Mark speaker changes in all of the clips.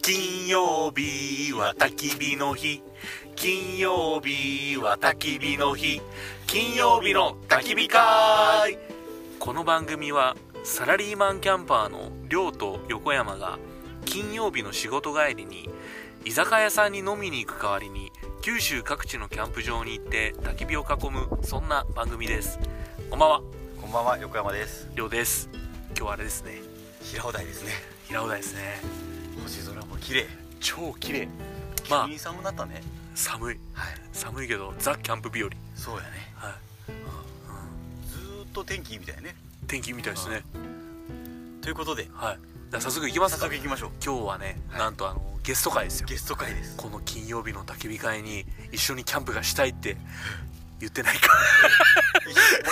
Speaker 1: 金曜日は焚き火の日金曜日は焚き火の日金曜日の焚き火会この番組はサラリーマンキャンパーの亮と横山が金曜日の仕事帰りに居酒屋さんに飲みに行く代わりに九州各地のキャンプ場に行って焚き火を囲むそんな番組ですこんばんは
Speaker 2: こんばんは横山です
Speaker 1: 亮です今日はあれですね
Speaker 2: 平尾台ですね
Speaker 1: 平尾台ですね
Speaker 2: 星空も綺麗
Speaker 1: 超綺麗ま
Speaker 2: 急
Speaker 1: あ
Speaker 2: に寒くなったね
Speaker 1: 寒い
Speaker 2: はい
Speaker 1: 寒いけどザ・キャンプ日和
Speaker 2: そうやね
Speaker 1: はい、
Speaker 2: ずーっと天気いいみたいね
Speaker 1: うん、天気みたいですね
Speaker 2: ということで
Speaker 1: はいじゃあ早速行きます
Speaker 2: 早
Speaker 1: か
Speaker 2: 速行きましょう
Speaker 1: 今日はね、
Speaker 2: はい
Speaker 1: なんとあのゲスト会ですよ
Speaker 2: ゲスト会 です
Speaker 1: この金曜日の焚き火会に一緒にキャンプがしたい って言ってないか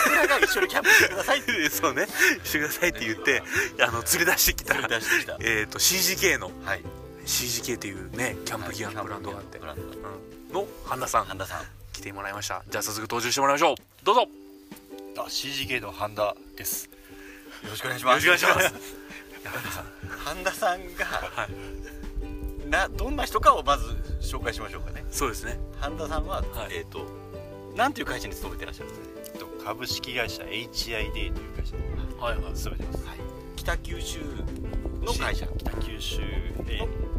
Speaker 2: 僕らが一緒にキャンプしてください って
Speaker 1: そうねしてくださいって言ってあの連れ出してきた
Speaker 2: 連れ出してきた
Speaker 1: えー、と CGK の
Speaker 2: はい
Speaker 1: CGK というねキャンプギアのブランドがあって、
Speaker 2: ブランド
Speaker 1: うん、の半田さん
Speaker 2: 半田さん
Speaker 1: 来てもらいましたじゃあ早速登場してもらいましょうどうぞよ
Speaker 3: あ CGK の半田です
Speaker 2: よろしくお願いし
Speaker 1: ろ
Speaker 2: ま
Speaker 1: しくお
Speaker 2: す
Speaker 1: 願いします
Speaker 2: 半田さんが、
Speaker 1: はい
Speaker 2: などんな人かをまず紹介しましょうかね
Speaker 1: そうですね
Speaker 2: 半田さんは、
Speaker 1: はい
Speaker 2: えっ、となんていう会社に勤めてらっしゃるんですか
Speaker 3: えっと株式会社 HID という会社に
Speaker 1: はいはい
Speaker 3: 勤めてます
Speaker 2: 北九州の会社
Speaker 3: 北九州で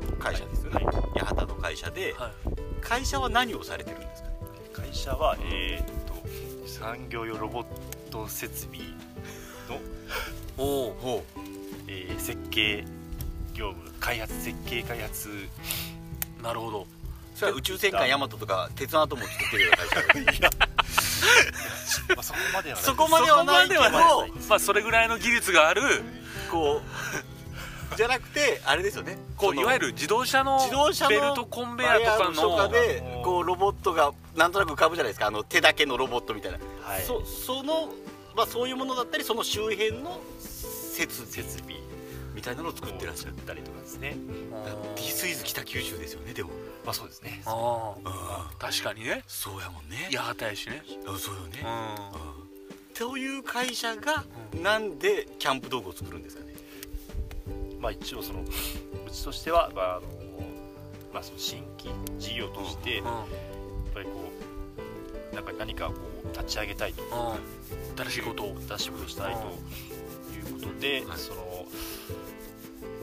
Speaker 2: の会社ですよね、
Speaker 3: は
Speaker 2: 八幡の会社で、
Speaker 1: はい
Speaker 2: 会社は何をされてるんですかね
Speaker 3: 会社はえーっと産業用ロボット設備の、
Speaker 1: おお
Speaker 2: ほ
Speaker 3: えー設計業務開発設計開発
Speaker 1: なるほど
Speaker 2: うそれは宇宙戦艦ヤマトとか鉄のアトムを作ってるような会社
Speaker 3: まあそこまではない
Speaker 2: そこまではないけど
Speaker 1: そこまではないまあそれぐらいの技術がある
Speaker 2: こうじゃなくてあれですよね
Speaker 1: こ
Speaker 2: そうの
Speaker 1: いわゆる自動車の
Speaker 2: 自動車の
Speaker 1: ベルトコンベヤーとかの
Speaker 2: あれあるとかでこうロボットがなんとなく浮かぶじゃないですかあの手だけのロボットみたいな、
Speaker 3: はい
Speaker 2: そその、まあ、そういうものだったりその周辺の設備
Speaker 3: 設備
Speaker 2: みたいなのを作ってらっしゃる
Speaker 3: 作ったりとかですね
Speaker 1: あー
Speaker 2: D スイズ北九州ですよねでも
Speaker 3: まあそうですね
Speaker 1: あー
Speaker 2: あ
Speaker 1: 確かにね
Speaker 2: そうやもんね
Speaker 1: 八幡やしね
Speaker 2: あそうよ
Speaker 1: うん
Speaker 2: ねという会社がなんでキャンプ道具を作るんですかね
Speaker 3: まあ一応そのうちとしてはまああのまあその新規事業として、
Speaker 1: うん
Speaker 3: やっぱりこうなんか何かこう立ち上げたいと
Speaker 1: うん新しいことを
Speaker 3: 出し物したいということで、
Speaker 2: はい
Speaker 3: その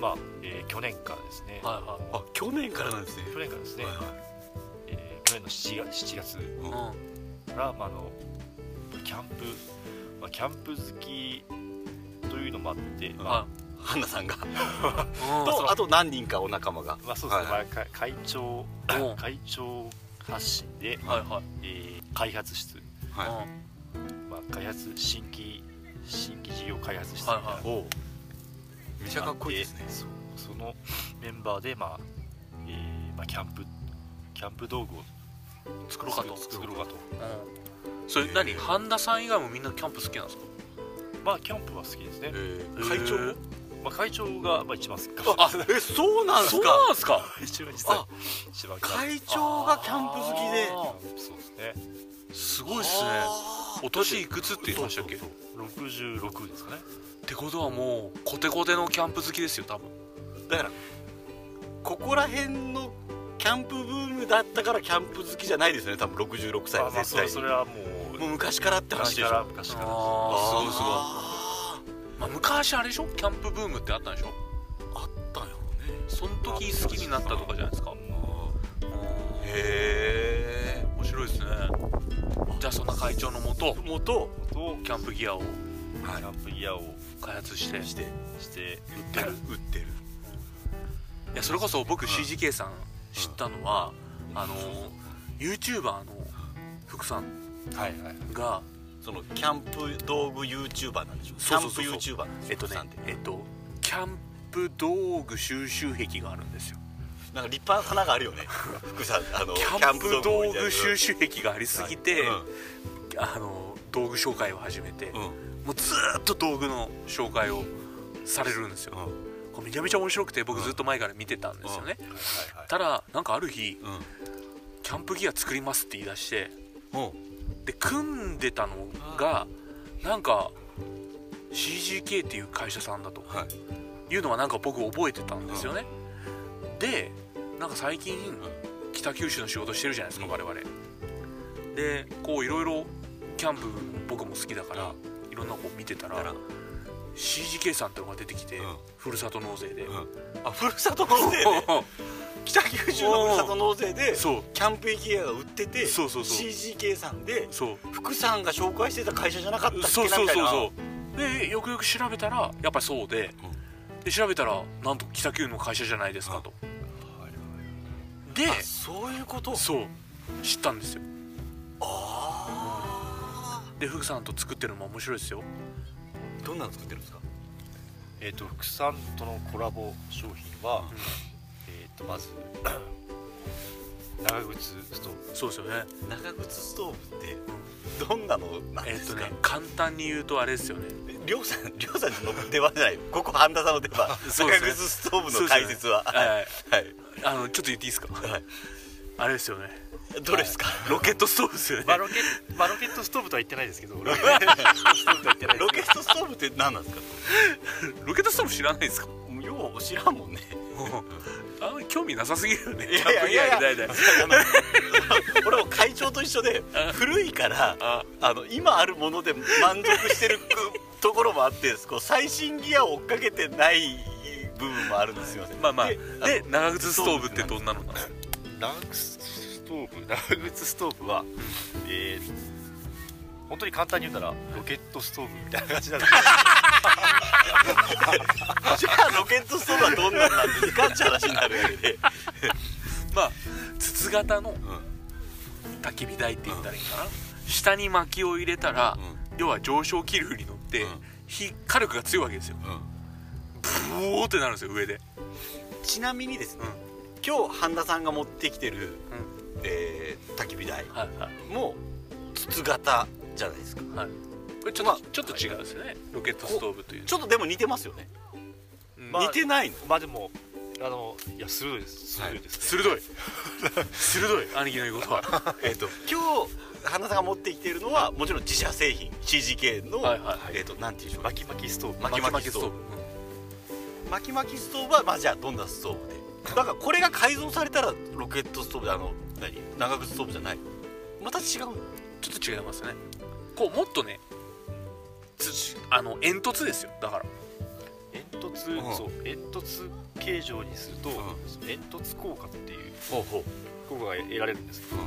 Speaker 3: まあ、えー去年からですね、
Speaker 1: はいは
Speaker 2: あ去年からなんですね
Speaker 3: 去年からですね、
Speaker 2: はいはい
Speaker 3: えー去年の7月 ,7 月
Speaker 1: いうん
Speaker 3: から、まあ、あのキャンプ、まあ、キャンプ好きというのもあって、ま
Speaker 1: は
Speaker 2: 花さんが
Speaker 1: いうん
Speaker 3: そう
Speaker 2: とあと何人かお仲間が
Speaker 3: あまあそうです
Speaker 2: は
Speaker 3: ね、まあか会長
Speaker 1: おう
Speaker 3: 会長発信で、
Speaker 1: はいはい
Speaker 3: えー開発室、
Speaker 1: うん
Speaker 2: は
Speaker 3: まあ、開発新規新規事業開発室みたいな、
Speaker 1: はいはい
Speaker 2: いおうめちゃかっこいいですね
Speaker 3: でそそのメンバーで、まあえーまあ、キャンプキャンプ道具を
Speaker 1: 作ろうかと
Speaker 3: 作ろうかと
Speaker 1: うんそれ何
Speaker 2: えー
Speaker 1: 半田さん以外もみんなキャンプ好きなんですか
Speaker 3: まあキャンプは好きですね、
Speaker 2: え
Speaker 1: へー
Speaker 2: ー会長
Speaker 3: まあ、会長が、まあ、一番好きかも
Speaker 2: あえそうなんす
Speaker 1: そう
Speaker 2: か
Speaker 1: なんすか
Speaker 3: 一番実
Speaker 2: あ
Speaker 3: は一番
Speaker 2: 会長がキャンプ好きで
Speaker 1: あ
Speaker 3: きそうですね
Speaker 1: ーすごいっすねお年いくつって言いましたっけっ
Speaker 2: そう
Speaker 3: 66ですかね
Speaker 1: てことはもうコテコテのキャンプ好きですよ多分
Speaker 2: だからここら辺のキャンプブームだったからキャンプ好きじゃないですよね多分66歳
Speaker 3: ま
Speaker 2: は
Speaker 3: あまあ
Speaker 2: 絶
Speaker 3: それ
Speaker 2: 対
Speaker 3: それはも
Speaker 2: もう
Speaker 3: う
Speaker 2: 昔からって話
Speaker 3: 昔
Speaker 2: でしょ
Speaker 3: から昔から
Speaker 1: あーすごいすごい
Speaker 2: あ
Speaker 1: まあ、昔あれでしょキャンプブームってあったんでしょ
Speaker 2: ーあったんやろうね
Speaker 1: その時好きになったとかじゃないですか
Speaker 2: へ
Speaker 1: 面白いですねじゃあそんな会長のもと
Speaker 2: え元
Speaker 3: と
Speaker 1: キャンプギアを
Speaker 3: キャンプギアを
Speaker 1: 開発してい
Speaker 2: して
Speaker 3: して
Speaker 2: 売ってる売ってる
Speaker 1: やそれこそ僕 CGK さん知ったのは、あの YouTuber の福さん
Speaker 3: はいはい
Speaker 1: が
Speaker 2: そのキャンプ道具 YouTuber なんでしょ
Speaker 1: そうそうそう
Speaker 2: キャンプ YouTuber なんです
Speaker 1: えっとね
Speaker 2: さんって
Speaker 1: えっとキャンプ道具収集癖があるんですよ
Speaker 2: なんか立派な花があ るよね福さんあの
Speaker 1: キャンプ道具収集
Speaker 2: 集
Speaker 1: 癖がありすぎて、あの道具紹介を始めて、
Speaker 2: うんうん
Speaker 1: もうずーっと道具の紹介をされるんですよ、
Speaker 2: うん
Speaker 1: これめちゃめちゃ面白くて僕ずっと前から見てたんですよね、
Speaker 3: はい
Speaker 1: ただなんかある日
Speaker 2: うん
Speaker 1: キャンプギア作りますって言い出して
Speaker 2: うん
Speaker 1: で組んでたのがなんか CGK っていう会社さんだと
Speaker 2: はい
Speaker 1: いうのはなんか僕覚えてたんですよね、でなんか最近北九州の仕事してるじゃないですか我々でこういろいろキャンプ僕も好きだからいろんなこう見てた
Speaker 2: だから
Speaker 1: ら CGK さんってのが出てきて
Speaker 2: うん
Speaker 1: ふるさと納税で
Speaker 2: あふるさと納税で北九州のふるさと納税で
Speaker 1: そう
Speaker 2: キャンプギアが売ってて
Speaker 1: そうそうそう
Speaker 2: CG 計算で
Speaker 1: そう
Speaker 2: 福さんが紹介してた会社じゃなかったっけ
Speaker 1: そう
Speaker 2: な
Speaker 1: そう
Speaker 2: みたい
Speaker 1: そう
Speaker 2: な
Speaker 1: そうでよくよく調べたらやっぱりそうで,、で調べたらなんと北九の会社じゃないですかと、で
Speaker 2: あそういうこと
Speaker 1: そう知ったんですよ
Speaker 2: あ
Speaker 1: でフグさんと作ってるのも面白いですよ
Speaker 2: あどんなの作ってるんですか
Speaker 3: えっ、と福さんとのコラボ商品は、えっ、とまず 長靴ストーブ
Speaker 1: そうですよね
Speaker 2: 長靴ストーブってどんなのなん
Speaker 1: え
Speaker 2: で
Speaker 1: っと
Speaker 2: すか、
Speaker 1: ね簡単に言うとあれですよね
Speaker 2: りょうさんりょうさんの出番じゃないよここ半田さんの出番
Speaker 1: そうです
Speaker 2: 長
Speaker 1: ね
Speaker 2: 靴ストーブの解説は、
Speaker 1: そうですよねはい
Speaker 2: はい
Speaker 1: あのちょっと言っていいですか
Speaker 2: はい
Speaker 1: あれですよね
Speaker 2: どれですか、
Speaker 1: ロケットストーブですよ
Speaker 3: まあ
Speaker 1: ね
Speaker 3: ロケまあロケットストーブとは言ってないですけ どロケットストーブとは言ってないです
Speaker 2: ロケットストーブって何なんですか
Speaker 1: ロケットストーブ知らないですか
Speaker 2: よう知らんもんね
Speaker 1: あんまり興味なさすぎるよね
Speaker 2: い
Speaker 1: キャ
Speaker 2: やい
Speaker 1: ン
Speaker 2: や
Speaker 1: プ
Speaker 2: い
Speaker 1: ギア
Speaker 2: や
Speaker 1: みたいな
Speaker 2: 俺も会長と一緒で
Speaker 1: あ
Speaker 2: 古いから
Speaker 1: あ
Speaker 2: あの今あるもので満足してるくところもあってこう最新ギアを追っかけてない部分もあるんですよね
Speaker 1: まあまあ
Speaker 2: で
Speaker 1: で長靴ストーブってどんなのなの
Speaker 3: 長靴ストーブ 長靴ストーブはえー、本当に簡単に言うたらロケットストーブみたいな感じな んですけ
Speaker 2: あじゃあロケットストーブはどんなんなんですかって話になるわけで、
Speaker 1: まあ筒型の
Speaker 2: うん
Speaker 1: 焚き火台って言ったらいいかな下に薪を入れたら要は上昇気流に乗って
Speaker 2: うん
Speaker 1: 火火力が強いわけですよブオーってなるんですよ上で
Speaker 2: ちなみにですね今日半田さんが持ってきてる、えー焚き火台
Speaker 1: はいはい
Speaker 2: も筒型じゃないですか
Speaker 1: はいこれちょっと、
Speaker 2: まあ
Speaker 1: ちょっと違うんですよね、ロケットストーブという
Speaker 2: ちょっとでも似てますよね、
Speaker 1: うん
Speaker 3: まあ
Speaker 2: 似てないの
Speaker 3: どまあでもあのいや鋭いです鋭いです、ね
Speaker 1: 鋭 い鋭い兄貴の言うことは
Speaker 2: えっと今日花さんが持ってきているのはもちろん自社製品 CGK の、
Speaker 1: はいはい
Speaker 2: えっとなんていうんでしょう
Speaker 3: 巻き巻きストー ブ
Speaker 2: 巻き巻きストーブ巻き巻きストーブはまあじゃあどんなストーブでだからこれが改造されたらロケットストーブであの何長靴ストーブじゃないまた違うの
Speaker 1: ちょっと違いますねこうもっとねつあの煙突ですよだから
Speaker 3: 煙突、
Speaker 2: うん
Speaker 3: そう煙突形状にすると、
Speaker 2: う
Speaker 3: 煙突効果っていう
Speaker 2: ほうほ
Speaker 3: 効果が得られるんですけど、ま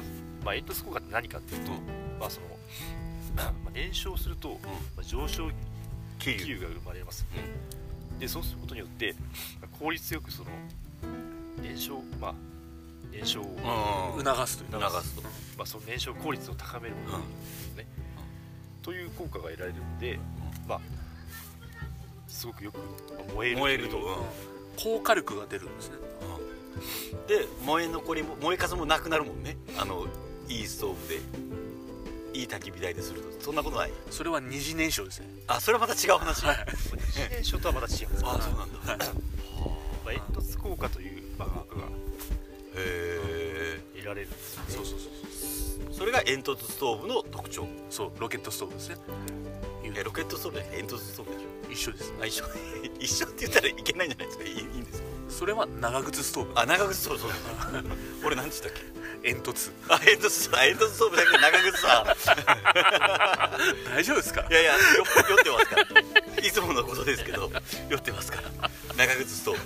Speaker 3: あまあ、煙突効果って何かっていうと、
Speaker 2: うん
Speaker 3: まあその まあ燃焼すると、まあ上昇
Speaker 2: 気
Speaker 3: 気流が生まれます、でそうすることによって効率よくその燃焼まあ燃焼を、
Speaker 2: う
Speaker 3: ま
Speaker 2: ん
Speaker 1: 促すという
Speaker 2: 流すと
Speaker 3: あ、その燃焼効率を高めることですね、という効果が得られるので、まあすごくよくまあ燃える
Speaker 2: 燃えると、
Speaker 1: 高火力が出るんですね
Speaker 2: で燃え残りも燃えかすもなくなるもんねあのいいストーブでいい焚き火台でするとそんなことない
Speaker 1: それは二次燃焼ですね
Speaker 2: あそれはまた違う話、
Speaker 1: はい
Speaker 3: 自燃焼とはまた違うんですけど
Speaker 2: あそうなんだ
Speaker 1: はい
Speaker 3: まあ、煙突効果という、まあ、効果が
Speaker 2: へ
Speaker 3: 得られるんですよ
Speaker 1: そうそうそう
Speaker 2: えそれが煙突ストーブの特徴
Speaker 1: そうそうロケットストーブですね
Speaker 2: いやロケットストーブじゃなくて煙突ストーブでしょ
Speaker 1: 一緒です
Speaker 2: あ一緒 一緒って言ったらいけないんじゃないですかいいいいんですか
Speaker 1: それは長靴ストーブ
Speaker 2: あ長靴ストーブそうだ俺何つったっけ
Speaker 1: 煙突
Speaker 2: あ煙突ストーブ煙突ストーブだけど長靴さ
Speaker 1: 大丈夫ですか
Speaker 2: いやいやよ酔ってますからいつものことですけど酔ってますから長靴ストーブ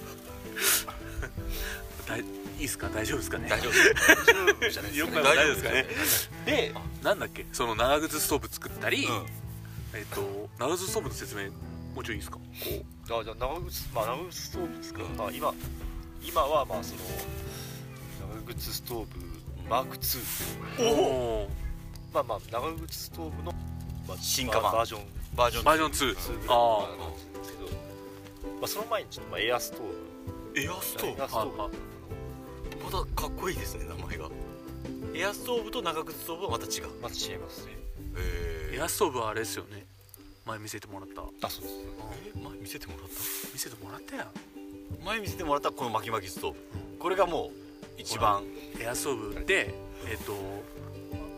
Speaker 1: だいいいですか大丈夫ですかね
Speaker 2: 大丈夫です大丈夫じゃない
Speaker 1: よくはないですかね
Speaker 2: で
Speaker 1: なんだっけその長靴ストーブ作ったり、
Speaker 2: うん
Speaker 1: えっと長靴ストーブの説明もうちょいいですかこ
Speaker 3: あじゃあ長靴まあ長靴ストーブですか、
Speaker 2: うん
Speaker 3: まあ今今はまあその長靴ストーブマーク2
Speaker 1: うお
Speaker 3: まあまあ長靴ストーブの、まあ、
Speaker 2: 進化版
Speaker 3: バージョン
Speaker 2: バージョン
Speaker 1: バージョン2
Speaker 3: 2
Speaker 1: ああ
Speaker 3: まなんですけど、まあ、その前にちょっとまあエアストーブ
Speaker 2: エアストーブ
Speaker 3: エアストーブ
Speaker 1: はい
Speaker 2: またかっこいいですね名前がエアストーブと長靴ストーブはまた違う
Speaker 3: まず違いますね
Speaker 2: へ
Speaker 1: エアストーブはあれですよね前見せてもらった
Speaker 3: あそうです
Speaker 2: え前見せてもらった
Speaker 1: 見せてもらったや
Speaker 2: 前見せてもらったこの巻き巻きストーブこれがもう一番
Speaker 1: んエアストーブでえっと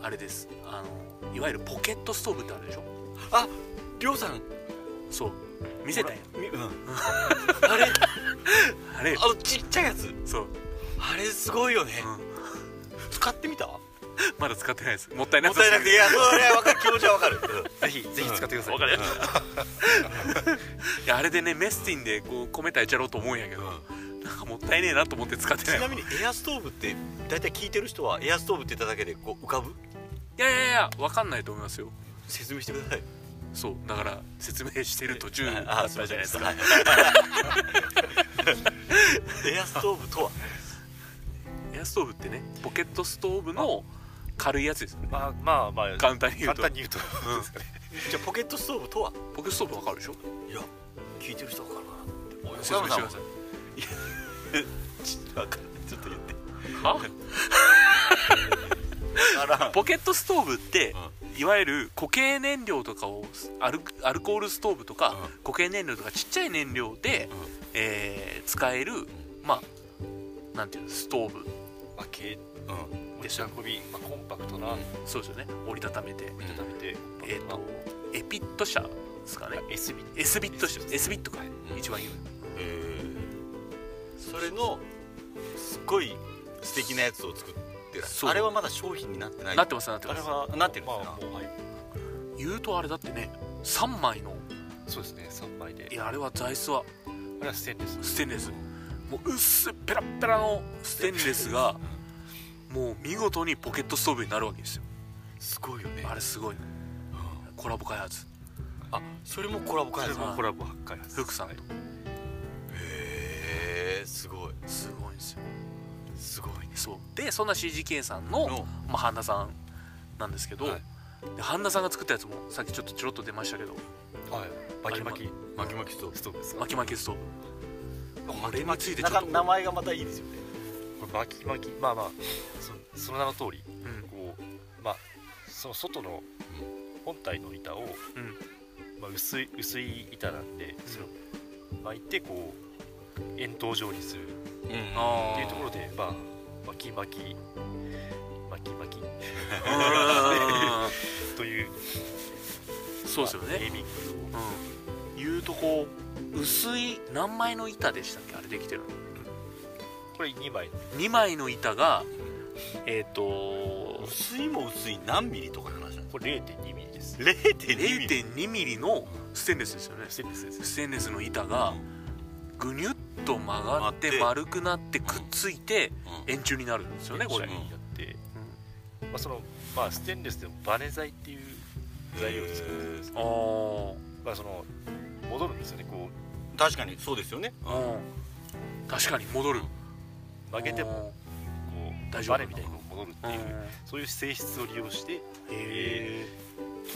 Speaker 1: あれですあのいわゆるポケットストーブってあるでしょ
Speaker 2: ありょうさん
Speaker 1: そう見せたやん
Speaker 2: みうんあれ
Speaker 1: あれ
Speaker 2: あのちっちゃいやつ
Speaker 1: そう、
Speaker 2: あれすごいよね、
Speaker 1: うん、
Speaker 2: 使ってみたも
Speaker 1: まだ使ってないですもったいな
Speaker 2: ったいなくていやそれは分かる気持ちは分かる、うん
Speaker 3: ぜひぜひ使ってください、
Speaker 2: うんわかる
Speaker 1: いやあれでねメスティンでこう米炊いちゃろうと思うんやけど、なんかもったいねえなと思って使って
Speaker 2: ち
Speaker 1: ない
Speaker 2: なみにエアストーブって大体聞いてる人はエアストーブって言っただけでこう浮かぶ
Speaker 1: いやいやいや分かんないと思いますよ
Speaker 2: 説明してください
Speaker 1: そうだから説明してる途中だっ
Speaker 2: あ
Speaker 1: た
Speaker 2: あ
Speaker 1: じ
Speaker 2: す
Speaker 1: ゃ
Speaker 2: い
Speaker 1: ない
Speaker 2: ませ
Speaker 1: で
Speaker 2: んですす
Speaker 1: か
Speaker 2: エアストーブとは
Speaker 1: エアストーブってねポケットストーブの軽いやつですよね
Speaker 3: まあまあまあ
Speaker 1: 簡単に言う
Speaker 3: 簡
Speaker 1: と
Speaker 3: 単に言うと
Speaker 1: うん
Speaker 2: じゃあポケットストーブとは
Speaker 1: ポケットストーブ分かるでしょ
Speaker 2: いや聞いてる人は分かるかな
Speaker 1: 説明してくだ
Speaker 2: さ
Speaker 1: さい
Speaker 2: いちょっと分かんないちょっと言って
Speaker 1: は
Speaker 2: あらん
Speaker 1: ポケットストーブっていわゆる固形燃料とかをアルアルコールストーブとか
Speaker 2: う
Speaker 1: 固形燃料とかちっちゃい燃料で、
Speaker 2: うん
Speaker 1: えー使えるまあなんていうのストーブ
Speaker 3: まあ軽
Speaker 2: うん
Speaker 3: 持ち運び、まあ、コンパクトな
Speaker 2: うん
Speaker 1: そうですよね折りたためて
Speaker 3: 折りたたみで、
Speaker 1: えっ、とエピット社ですかね
Speaker 3: エスビ
Speaker 1: S ビット社 S ビットか
Speaker 2: うん
Speaker 1: 一番有名
Speaker 2: えーそれのすっごい素敵なやつを作ってらっしゃ
Speaker 1: そう
Speaker 2: るあれはまだ商品になってない
Speaker 1: なってますなって
Speaker 2: あ
Speaker 1: ま
Speaker 2: れ
Speaker 1: す
Speaker 2: はなってるんで
Speaker 3: ますあ
Speaker 2: か、
Speaker 3: もうはい
Speaker 1: 言うとあれだってね3枚の
Speaker 3: そうですね三枚で
Speaker 1: いやあれは座椅子は
Speaker 3: あれはステンレス
Speaker 1: ステンレスもう薄っぺらっぺらのステンレスがもう見事にポケットストーブになるわけですよ
Speaker 2: すごいよね
Speaker 1: あれすごいコラボ開発
Speaker 2: あそれもコラボ開
Speaker 3: それ
Speaker 2: 発
Speaker 3: もコラボ発開発
Speaker 1: 福さんと
Speaker 2: へえすごい
Speaker 1: すごいんですよ
Speaker 2: すごいね
Speaker 1: そうでそんな CGK さんの、
Speaker 2: の
Speaker 1: まあ、半田さんなんですけど、
Speaker 2: はい
Speaker 1: で半田さんが作ったやつもさっきちょっとちょろっと出ましたけど
Speaker 3: はいバキバキ
Speaker 2: 巻き巻きストーブ
Speaker 3: ストーブですか
Speaker 1: 巻き巻きストーブ
Speaker 2: こ
Speaker 1: れについてちょっと
Speaker 2: 名前がまたいいですよね
Speaker 3: これ巻き巻きまあまあそその名の通り
Speaker 1: うん
Speaker 3: こうまあその外の本体の板を、
Speaker 1: うん
Speaker 3: まあ、薄い薄い板なんでそれを巻いてこう円筒状にするっ
Speaker 2: うん
Speaker 1: あ
Speaker 3: て
Speaker 1: ー
Speaker 3: いう ところでまあ巻き巻き巻き巻き
Speaker 1: う
Speaker 3: という
Speaker 1: ーんそうですよ
Speaker 3: まあネ
Speaker 1: ね
Speaker 3: ーミングを
Speaker 1: うんいうとこう薄い何枚の板でしたっけあれできてるの
Speaker 3: これ2枚
Speaker 1: 2枚の板がえっ、と
Speaker 2: 薄いも薄い何ミリとかの話なんです
Speaker 3: これ0 2ミリです
Speaker 2: 0.2ミリ
Speaker 1: 0.2ミリのステンレスですよね
Speaker 3: ステンレスです
Speaker 1: ステンレスの板がぐにゅっと曲がって
Speaker 2: 曲が
Speaker 1: 丸くなってくっついて円柱になるんですよねこれ
Speaker 2: 円柱
Speaker 3: になって、まあ、そのまあステンレスでもバネ材っていう材料を作るんです
Speaker 1: あー
Speaker 3: まあその戻るんですよねこう
Speaker 2: 確かにそうですよね
Speaker 1: うん確かに戻る
Speaker 3: 曲げてもこう
Speaker 1: 大丈夫
Speaker 3: バネみたいにこう戻るって
Speaker 1: うん
Speaker 3: いう、
Speaker 1: へ
Speaker 3: そういう性質を利用して
Speaker 1: え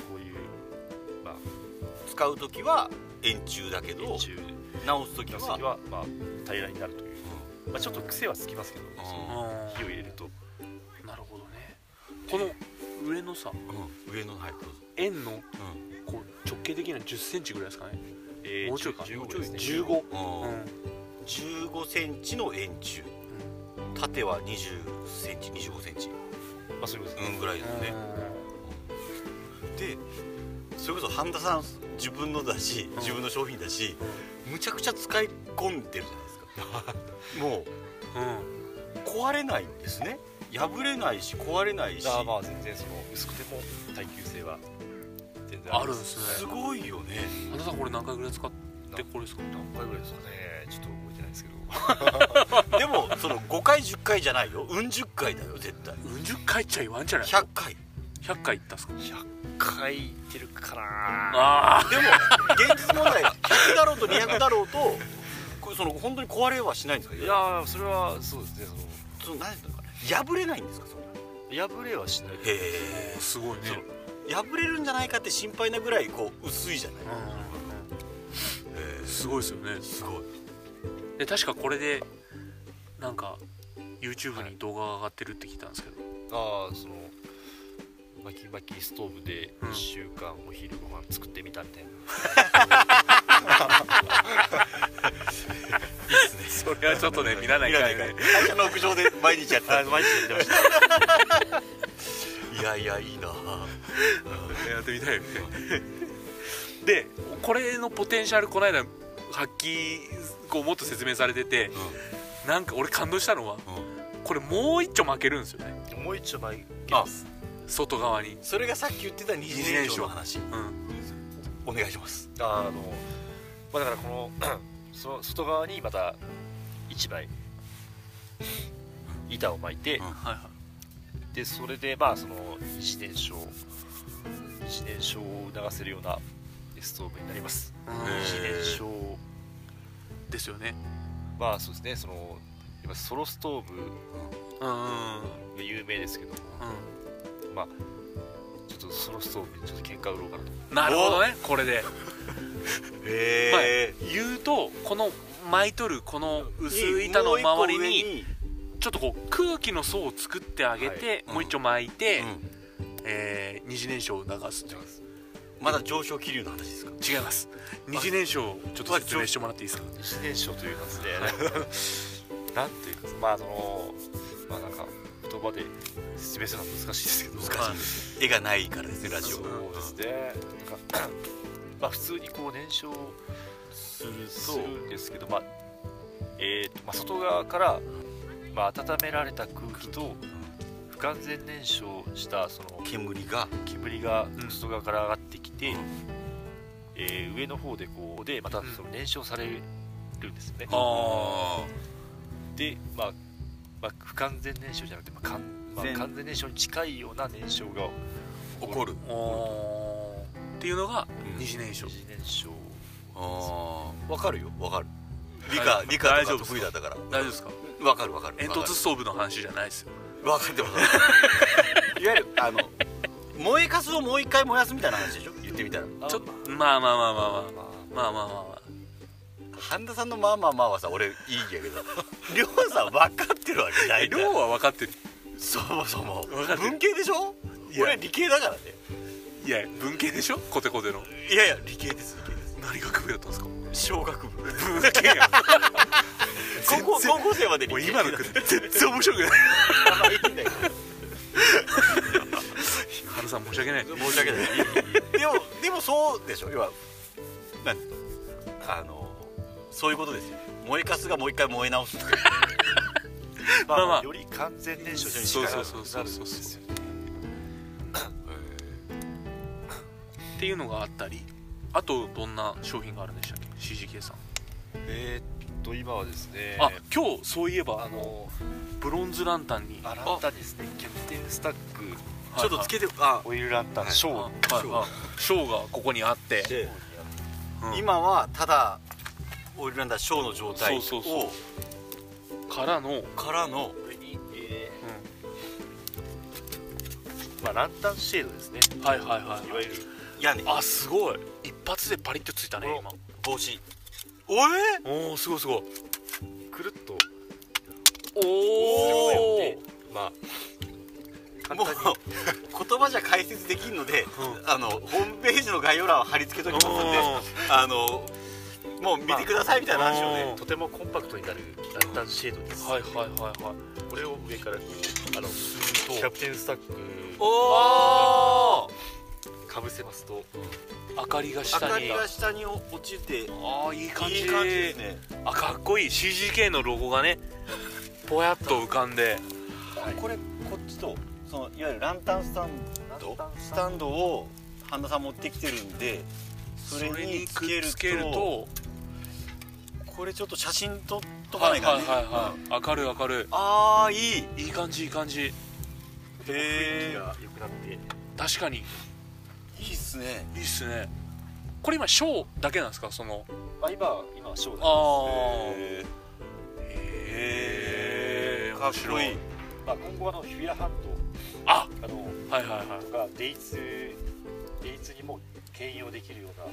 Speaker 3: こういう、まあ、
Speaker 2: 使う時は円柱だけど
Speaker 3: 円柱
Speaker 2: 直す時
Speaker 3: の
Speaker 2: は
Speaker 3: 先は、まあ、平らになるという、まあ、ちょっと癖はつきますけど、
Speaker 2: ん
Speaker 3: その火を入れると
Speaker 1: なるほどねこの上のさ
Speaker 2: うん上のはいどうぞ
Speaker 1: 円のこう直径的には1 0ンチぐらいですかね
Speaker 3: え
Speaker 1: もうちょいか
Speaker 3: 15
Speaker 2: もうちょい
Speaker 3: ですね
Speaker 1: 15
Speaker 2: うん
Speaker 1: う
Speaker 2: うん
Speaker 1: ん
Speaker 2: 15センチの円柱縦は20センチ25センチ
Speaker 3: まあ、そういうことです
Speaker 2: う
Speaker 3: ね
Speaker 2: んぐらいですねでそれこそ半田さん自分のだし
Speaker 1: ん
Speaker 2: 自分の商品だし
Speaker 1: う
Speaker 2: むちゃくちゃ使い込んでるじゃないですかもうん壊れないんですね破れないし壊れないし
Speaker 3: あーまあ全然その薄くても耐久性は全然
Speaker 1: あるんですす
Speaker 2: す
Speaker 1: ね
Speaker 2: ごいよね
Speaker 1: 羽田さんこれ何回ぐらい使ってこれですか
Speaker 3: 何回ぐらいですかねちょっと覚えてないですけど
Speaker 2: でもその5回10回じゃないようん十回だよ絶対
Speaker 1: うん十回いっちゃ言わんじゃない
Speaker 2: 100回
Speaker 1: 100回いったっすか
Speaker 3: 100回いってるかな
Speaker 1: あ
Speaker 2: でも現実問題100だろうと200だろうとこれその本当に壊れはしないんですか
Speaker 3: いやーそれはそうですね
Speaker 2: その何ていうのかな破れないんですかそんな
Speaker 3: その破れはしない
Speaker 2: へ
Speaker 1: あすごいね
Speaker 2: え破れるんじゃないかって心配なぐらいこう薄いじゃない
Speaker 1: うんすごいですよね
Speaker 2: す ごい
Speaker 1: で確かこれでなんか YouTube に動画が上がってるって聞いたんですけど
Speaker 3: ああその巻き巻きストーブで
Speaker 1: うん
Speaker 3: 1週間お昼ご飯作ってみたみたいな、
Speaker 1: それはちょっとね見らないい
Speaker 2: ら
Speaker 1: か
Speaker 2: ない
Speaker 1: い
Speaker 2: かい
Speaker 1: ね
Speaker 2: 会社の屋上で毎日やってた
Speaker 3: 毎日やってました
Speaker 2: いやいやいいな
Speaker 1: やってみたいよねでこれのポテンシャルこの間発揮こうもっと説明されててなんか俺感動したのは
Speaker 2: うんうん
Speaker 1: これもう一丁巻けるんですよね
Speaker 3: もう一丁前いけます
Speaker 1: 外側に
Speaker 2: それがさっき言ってた二次燃焼の話
Speaker 1: うん
Speaker 2: お願いします
Speaker 3: あの、まあ、だからこの その外側にまた一枚板を巻いて、
Speaker 2: うん
Speaker 1: はいは
Speaker 3: でそれでまあその二次燃焼二次燃焼を促せるようなストーブになります
Speaker 1: い
Speaker 2: へ
Speaker 3: 二
Speaker 2: ー
Speaker 3: 次燃焼
Speaker 1: うんですよね
Speaker 3: まあそうですねその今ソロストーブ
Speaker 1: うんうん
Speaker 3: が有名ですけどもまあちょっとソロストーブにちょっと喧嘩売ろうかなと
Speaker 1: うんなるほどねこれで
Speaker 2: へ
Speaker 1: 言うとこの巻いとるこの薄い板の周りにちょっとこう空気の層を作ってあげて、
Speaker 2: はい
Speaker 1: もう一丁巻いて、
Speaker 2: うん
Speaker 1: えー二次燃焼を流すという
Speaker 2: まだ上昇気流の話ですか
Speaker 1: 違います二次燃焼をちょっと説明してもらっていいですか
Speaker 3: 二次燃焼というやつで なんていうかまあそのまあなんか言葉で説明するのは難しいですけど
Speaker 1: 難しい
Speaker 3: まあ
Speaker 2: 絵がないからですねラジオ
Speaker 3: そ
Speaker 2: が
Speaker 3: うですねなんかまあ普通にこう燃焼
Speaker 2: する
Speaker 3: するんですけど、まあえーとまあ、外側から、まあ、温められた空気と不完全燃焼したその
Speaker 2: 煙が
Speaker 3: 煙が
Speaker 1: うん
Speaker 3: 外側から上がってきて、
Speaker 2: うん
Speaker 3: えー上の方でこうでまた
Speaker 1: うん
Speaker 3: その燃焼されるんですよね、
Speaker 1: あ
Speaker 3: で、まあまあ、不完全燃焼じゃなくて、まあ完まあ
Speaker 2: 全
Speaker 3: 完全燃焼に近いような燃焼が
Speaker 2: 起こる
Speaker 1: おーっていうのが
Speaker 2: うん
Speaker 1: 二次燃
Speaker 3: 二
Speaker 1: 焼、
Speaker 3: 次燃焼
Speaker 2: ああわかるよわかる理科理科
Speaker 1: 大
Speaker 2: 大
Speaker 1: 丈
Speaker 2: 丈
Speaker 1: 夫
Speaker 2: 夫不利だったから
Speaker 1: 大丈夫ですか
Speaker 2: わかるわかる
Speaker 1: 煙突ストーブの話じゃないですよ
Speaker 2: わかってますいわゆるあの燃えかすをもう一回燃やすみたいな話でしょ言ってみたら
Speaker 1: ちょっ
Speaker 3: あ
Speaker 1: とまあまあまあまあまあ
Speaker 3: まあ
Speaker 1: まあまあまあまあ
Speaker 2: 半田さんの「まあまあまあ」はさ俺いいけ どりょうさん分かってるわけない
Speaker 1: 量は分かってる
Speaker 2: そもそも
Speaker 1: 分かってる
Speaker 2: 文系でしょ
Speaker 1: いや
Speaker 2: 俺理系だからね
Speaker 1: いや文系でしょコテコテの
Speaker 2: いやいや理系です理系です
Speaker 1: 何学部やったんですか
Speaker 2: 小学部
Speaker 1: 文系やん
Speaker 2: 高
Speaker 1: 全然
Speaker 2: 校高校生まで理
Speaker 1: もう
Speaker 2: 系
Speaker 1: 今のくだり全然面白くない
Speaker 2: あんまいいんだけど
Speaker 1: 花さん申し訳ない
Speaker 2: 申し訳ないでもでもそうでしょ要はなんあのそういうことですよ燃えかすがもう一回燃え直す
Speaker 3: ま
Speaker 1: まあ
Speaker 3: あ
Speaker 1: まあ
Speaker 3: より完全燃焼に
Speaker 1: そ
Speaker 3: 近
Speaker 1: うそ
Speaker 3: い
Speaker 1: うそうそうそうそうっていうのがあったりあとどんな商品があるんでしたっけ CGK さん、
Speaker 3: えーっと今はですね
Speaker 1: あ今日そういえば
Speaker 3: あの
Speaker 1: ブロンズランタンに
Speaker 3: あランタンですねキャプテンスタック
Speaker 2: ちょっとつけてあ
Speaker 3: オイルランタン
Speaker 2: はい
Speaker 3: ショー
Speaker 1: はいはいはいショーがここにあって
Speaker 2: で
Speaker 1: うん
Speaker 2: 今はただオイルランダーショーの状態を
Speaker 1: そうそうからの、
Speaker 2: からの
Speaker 3: えーまあランタンシェードですね
Speaker 1: はいはいはい
Speaker 3: いわゆる
Speaker 2: 屋根
Speaker 1: あすごい一発でパリッとついたね今
Speaker 2: 帽子おえ
Speaker 1: おおすごいすごい
Speaker 3: くるっと
Speaker 1: おお
Speaker 3: でまあ
Speaker 2: も
Speaker 3: 簡
Speaker 2: う
Speaker 3: 単に
Speaker 2: 言葉じゃ解説できんので、
Speaker 1: う
Speaker 2: あのホームページの概要欄を貼り付けときますのであのもう見てくださいみたいな話をね、
Speaker 3: とてもコンパクトになるランタンシェードです
Speaker 1: はいはいはいはい
Speaker 3: これを上からこうあのキ
Speaker 1: する
Speaker 3: ャプテンスタック
Speaker 2: おお
Speaker 3: かぶせますと
Speaker 1: と明かりが
Speaker 2: 明
Speaker 1: 下
Speaker 2: かり
Speaker 1: に
Speaker 2: が下に落ちていい
Speaker 1: ああいい感じ
Speaker 2: 感じですね
Speaker 1: あかっこいい CGK のロゴがねぽやっと浮かんで
Speaker 2: これこっちとそのいわゆるランタンスタンドスタンドを半田さん持ってきてるんでそれにつ
Speaker 1: く
Speaker 2: け
Speaker 1: っ
Speaker 2: ると
Speaker 1: つけると
Speaker 2: これちょっと写真撮っとか
Speaker 1: は
Speaker 2: ないい
Speaker 1: は
Speaker 2: か
Speaker 1: い
Speaker 2: ら
Speaker 1: はい
Speaker 2: ね、
Speaker 1: はい明るい明る
Speaker 2: ああいいへ
Speaker 1: いいい感じいい感じ
Speaker 2: え
Speaker 3: が良くなって
Speaker 1: 確かにい
Speaker 2: いいっすね
Speaker 1: いっすねこれ今ショーだけなんですかその
Speaker 3: まあ今今はショーだけ
Speaker 1: あ
Speaker 3: です
Speaker 1: あ
Speaker 2: へ
Speaker 1: へえ
Speaker 2: えかっこいい
Speaker 3: まあ、今後あの日比谷半
Speaker 1: あ
Speaker 3: 島あの
Speaker 1: はいはいはい
Speaker 3: がデイツデイツにも兼用できるような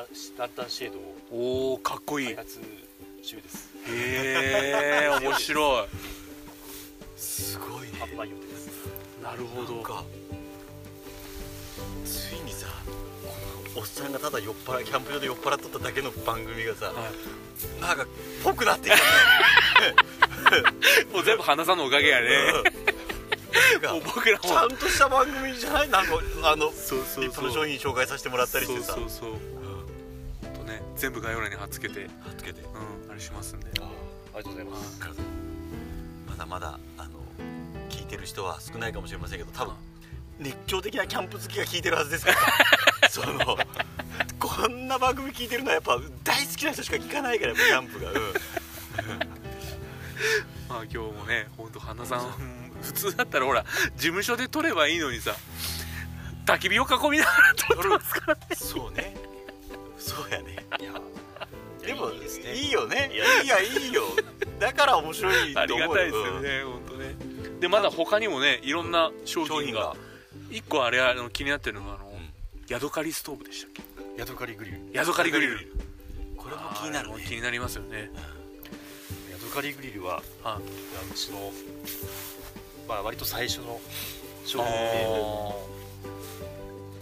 Speaker 3: ランランタンシェードを
Speaker 1: おおかっこいい
Speaker 3: 開
Speaker 1: へ
Speaker 3: 発中です
Speaker 1: え面白
Speaker 2: すごいね
Speaker 3: 販売予定です
Speaker 1: いなるほ
Speaker 2: なん
Speaker 1: ど
Speaker 2: かついにさこのおっさんがただ酔っ払いキャンプ場で酔っ払っとっただけの番組がさ
Speaker 1: はい
Speaker 2: なんかぽくなってきたね
Speaker 1: もう全部花さんのおかげやね
Speaker 2: うんなん
Speaker 1: もう
Speaker 2: か
Speaker 1: 僕ら
Speaker 2: ちゃ
Speaker 1: も
Speaker 2: んとした番組じゃないなんかあの
Speaker 1: そうそ
Speaker 2: 立派な商品紹介させてもらったりしてさ
Speaker 1: そうそうそうほんとね全部概要欄に貼っつけて、
Speaker 2: 貼っつけて
Speaker 1: うん、あれしますんで
Speaker 3: あありがとうございます
Speaker 2: まだまだあの聞いてる人は少ないかもしれませんけど多分熱狂的なキャンプ好きが聞いてるはずですか らそのこんな番組聞いてるのはやっぱ大好きな人しか聞かないからやっぱキャンプが、うん
Speaker 1: まあ今日もねほんと花さん普通だったらほら事務所で撮ればいいのにさ焚き火を囲みながら撮ってますからね
Speaker 2: そうねそうやね
Speaker 3: いや
Speaker 2: でも
Speaker 3: いいですね
Speaker 2: いいよね
Speaker 3: い
Speaker 2: い
Speaker 3: や
Speaker 2: やいいよだから面白い
Speaker 1: あ
Speaker 2: と
Speaker 1: り
Speaker 2: 思う
Speaker 1: がたいですよね本当ねでまだ他にもねいろんな商
Speaker 2: うん商
Speaker 1: 品
Speaker 2: 品
Speaker 1: が
Speaker 2: が、
Speaker 1: 一個あれあの気になってるのがあの、
Speaker 2: ん
Speaker 1: ヤドカリストーブでしたっけ
Speaker 3: ヤドカリグリル
Speaker 1: ヤドカリグリル
Speaker 2: これも気になる
Speaker 1: あれも気
Speaker 2: ね
Speaker 1: になりますよね
Speaker 3: ヤドカリグリルは
Speaker 1: はいう
Speaker 3: ちの、まあ、割と最初の商品で
Speaker 1: あ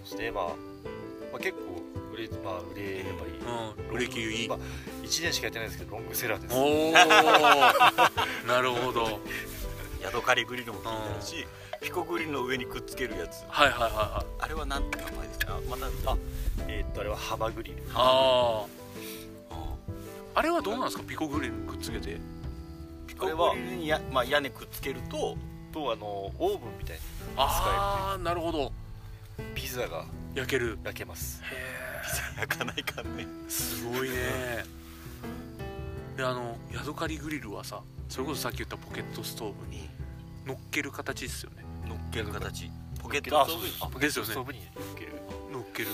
Speaker 3: そして、まあ、まあ結構売れ,、まあ、売れやっぱり
Speaker 1: あうん売れ行きいい
Speaker 3: まあ、1年しかやってないんですけどロングセラーです
Speaker 1: おおなるほど
Speaker 2: ヤドカリグリルも気になるしピコグリルの上にくっつけるやつ
Speaker 1: はいはいはいはい
Speaker 2: あれは何て名前ですかまたあ
Speaker 3: えーっとあれはハマグリル
Speaker 1: あああれはどうなんですかピコグリルくっつけて
Speaker 2: ピ
Speaker 3: こ
Speaker 2: コ
Speaker 3: れは
Speaker 2: グリルにや、まあ、屋根くっつけると
Speaker 3: とあのオーブンみたいに
Speaker 1: ああなるほど
Speaker 3: ピザが
Speaker 1: 焼ける
Speaker 3: 焼けます
Speaker 1: へ
Speaker 2: 焼かないかんね
Speaker 1: えすごいねであのヤドカリグリルはさそれこそさっき言ったポケットストーブに乗っける形ですよね
Speaker 2: 乗っける形ポケッ
Speaker 3: あ
Speaker 2: ト
Speaker 3: そう
Speaker 2: あ
Speaker 1: ですよね
Speaker 3: ストーブに焼ける
Speaker 1: 乗っける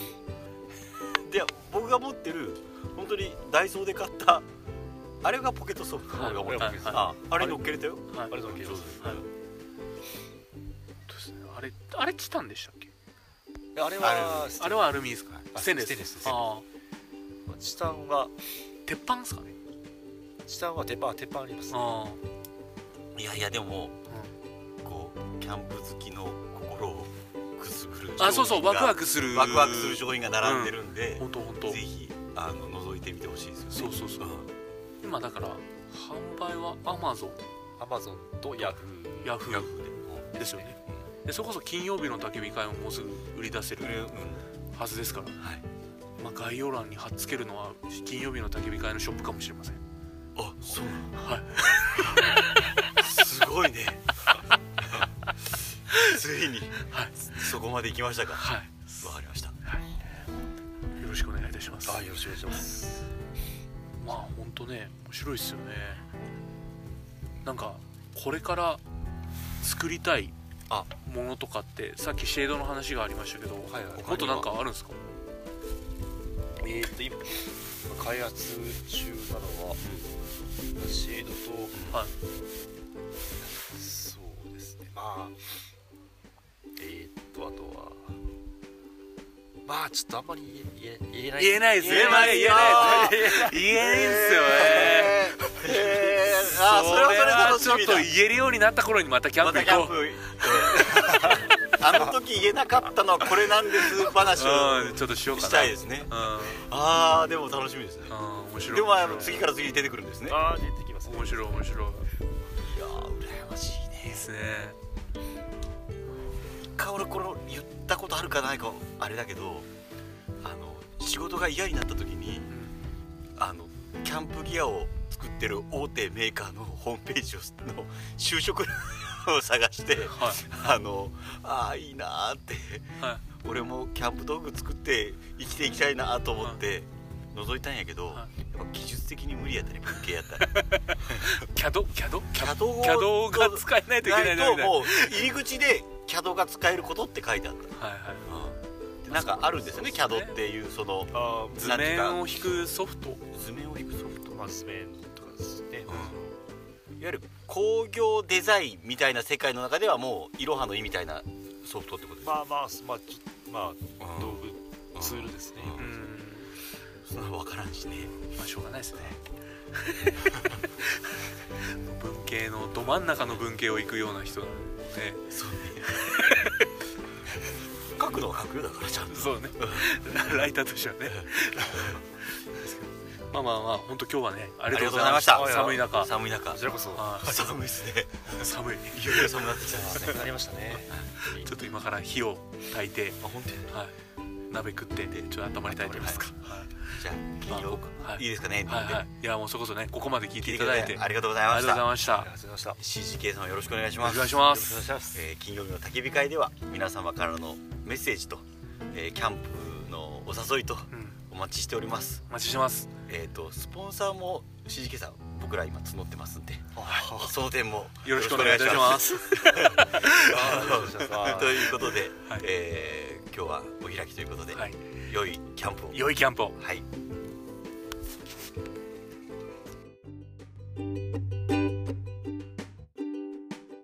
Speaker 2: で僕が持ってる本当にダイソーで買ったあれがポケットストーブ
Speaker 1: はい
Speaker 2: 俺が持って
Speaker 1: はいはい
Speaker 2: るああれ乗っけれたよ
Speaker 1: はい
Speaker 3: あれ乗っけれた
Speaker 2: そうそう
Speaker 1: そうですねあれあれチタンでしたっけ
Speaker 3: あれはステ
Speaker 1: あれはアルミですか
Speaker 2: はい
Speaker 1: ステンレス
Speaker 3: ステンレスステンレス
Speaker 1: あ
Speaker 3: チタンは
Speaker 1: あ鉄板ですかね
Speaker 3: チタンは鉄板あ鉄板あります
Speaker 1: あ
Speaker 2: いやいやでも
Speaker 1: あ、
Speaker 2: こうキャンプ好きの心をくすぐる
Speaker 1: うんあそうそう
Speaker 2: 商品
Speaker 1: ワ
Speaker 2: が
Speaker 1: クワクする
Speaker 2: ワクワクする商品が並んでるんで、
Speaker 1: 本当本当
Speaker 2: ぜひあの覗いてみてほしいですよね
Speaker 1: そうそうそう
Speaker 2: う
Speaker 1: 今だから販売はアマゾン
Speaker 3: アマゾンとヤフー
Speaker 1: ヤフ
Speaker 2: んヤ
Speaker 1: ー
Speaker 2: フーでうん
Speaker 1: ですよねでそれこそ金曜日の焚き火会ももうすぐ売り出せる
Speaker 2: これうん
Speaker 1: はずですから、
Speaker 2: はい
Speaker 1: まあ、概要欄に貼っつけるのは金曜日の焚き火会のショップかもしれません
Speaker 2: あそうな
Speaker 1: はい
Speaker 2: のすごいね ついに
Speaker 1: はい、
Speaker 2: そこまで行きましたか
Speaker 1: は
Speaker 2: わかりました
Speaker 1: い、よろしくお願いいたします
Speaker 3: あよろしくお願いします
Speaker 1: まあ本当ね面白いっすよねなんかこれから作りたい
Speaker 2: あ
Speaker 1: ものとかってさっきシェードの話がありましたけど、
Speaker 3: はいはい
Speaker 1: もっとなんかあるんですか
Speaker 3: えーっと今開発中なのはシェードと
Speaker 1: はい
Speaker 3: そうですねまあえー、っとあとはまあちょっとあんまり言え言えない
Speaker 1: 言えないですねまあ言えないですね言えないんすよね
Speaker 2: えーえーあ
Speaker 1: あ
Speaker 2: ー
Speaker 1: そ
Speaker 2: そ
Speaker 1: れ
Speaker 2: れは
Speaker 1: は
Speaker 2: それで楽しみ
Speaker 1: ちょ
Speaker 2: だ
Speaker 1: っと言えるようになった頃にまたキャン
Speaker 2: ま
Speaker 1: プ
Speaker 2: たキ
Speaker 1: 行
Speaker 2: ャン
Speaker 1: こう、
Speaker 2: プあの時言えなかったのはこれなんです話
Speaker 1: うん
Speaker 2: を
Speaker 1: ちょっとしようかな
Speaker 2: したいですね
Speaker 1: う
Speaker 2: ああでも楽しみですね
Speaker 1: ん、うん、面白い
Speaker 2: でもあの
Speaker 1: 面白い
Speaker 2: 次から次に出てくるんですねいや
Speaker 3: ああ出てきますね
Speaker 1: 面白い面白い
Speaker 2: ー羨ましいね
Speaker 1: ですね
Speaker 2: 一回俺この言ったことあるかないかあれだけどあの仕事が嫌になった時にあのキャンプギアを作ってる大手メーカーのホームページをの就職を探して
Speaker 1: はい
Speaker 2: あのああいいなーって
Speaker 1: は
Speaker 2: 俺もキャンプ道具作って生きていきたいなと思って覗いたんやけど、
Speaker 1: は
Speaker 2: やっぱ技術的に無理や ったり文系やったり
Speaker 1: いキャドキャドキャ
Speaker 2: CAD を
Speaker 1: キャドが使えないといけない
Speaker 2: ない
Speaker 1: み
Speaker 2: と
Speaker 1: たいな
Speaker 2: もう入り口で CAD が使えることって書いてあった
Speaker 1: はいはい
Speaker 2: でなんかあるんですよね
Speaker 1: そうですね
Speaker 2: CAD っていうその
Speaker 3: あー
Speaker 1: 図面を引くソフト
Speaker 2: 図面を引くソフト
Speaker 3: まあ図面とかですね、
Speaker 2: いわゆる工業デザインみたいな世界の中ではもういろはの意みたいなソフトってことです
Speaker 3: まあまあすまあちょま
Speaker 2: う
Speaker 3: あ
Speaker 2: ん
Speaker 3: 道具ツールですね、
Speaker 2: うん
Speaker 1: うん
Speaker 2: そんなの 分からんしね
Speaker 1: まあしょうがないですね 文系のど真ん中の文系を行くような人なんでね
Speaker 2: そうね書くのは書くよだからちゃんと
Speaker 1: そうね ライターとしてはね まあまあまあ本当今日はねありがとうございました
Speaker 2: ありがとう
Speaker 1: 寒い中
Speaker 2: 寒い中
Speaker 3: こちらこそ
Speaker 1: あー
Speaker 2: 寒いで すね
Speaker 1: 寒い
Speaker 2: いよいよ寒くなってきちゃいますね
Speaker 3: なくなりましたね
Speaker 1: ちょっと今から火を焚いて
Speaker 2: あ本当に
Speaker 1: はい、鍋食ってちょっと温まりたいと思いますか、はい
Speaker 2: じゃあ
Speaker 1: ま
Speaker 2: 金
Speaker 1: あ
Speaker 2: 曜
Speaker 1: こはい
Speaker 2: いいですかねエンディ
Speaker 1: は
Speaker 2: ン
Speaker 1: い
Speaker 2: グで
Speaker 1: はいいやもうそれこそねここまで聞いて
Speaker 2: 聞い
Speaker 1: い
Speaker 2: て
Speaker 1: た
Speaker 2: く
Speaker 1: だ
Speaker 2: れ
Speaker 1: い
Speaker 2: て
Speaker 1: て
Speaker 2: ありがとうござい
Speaker 1: あ
Speaker 2: ま
Speaker 1: り
Speaker 2: し
Speaker 1: がとうござい
Speaker 2: た
Speaker 1: ました
Speaker 3: ありがとうございました。
Speaker 2: CGK さんよろしくお願いします
Speaker 1: お願いしま
Speaker 3: よろしくお願い
Speaker 1: す
Speaker 3: します。
Speaker 2: えー金曜日の焚き火会では皆様からのメッセージと、えーキャンプのお誘いと
Speaker 1: うん
Speaker 2: お待ちしております
Speaker 1: お待ちしてます
Speaker 2: えっ、とスポンサーも CGK さん僕ら今募ってますんで
Speaker 3: あ
Speaker 2: その点も
Speaker 1: よろしくお願いいたします
Speaker 3: よろしくお願いします
Speaker 2: ということで、
Speaker 1: はい
Speaker 2: えー今日はお開きということで、
Speaker 1: はい
Speaker 2: 良いキャンプを
Speaker 1: 良いキャンプを
Speaker 2: はい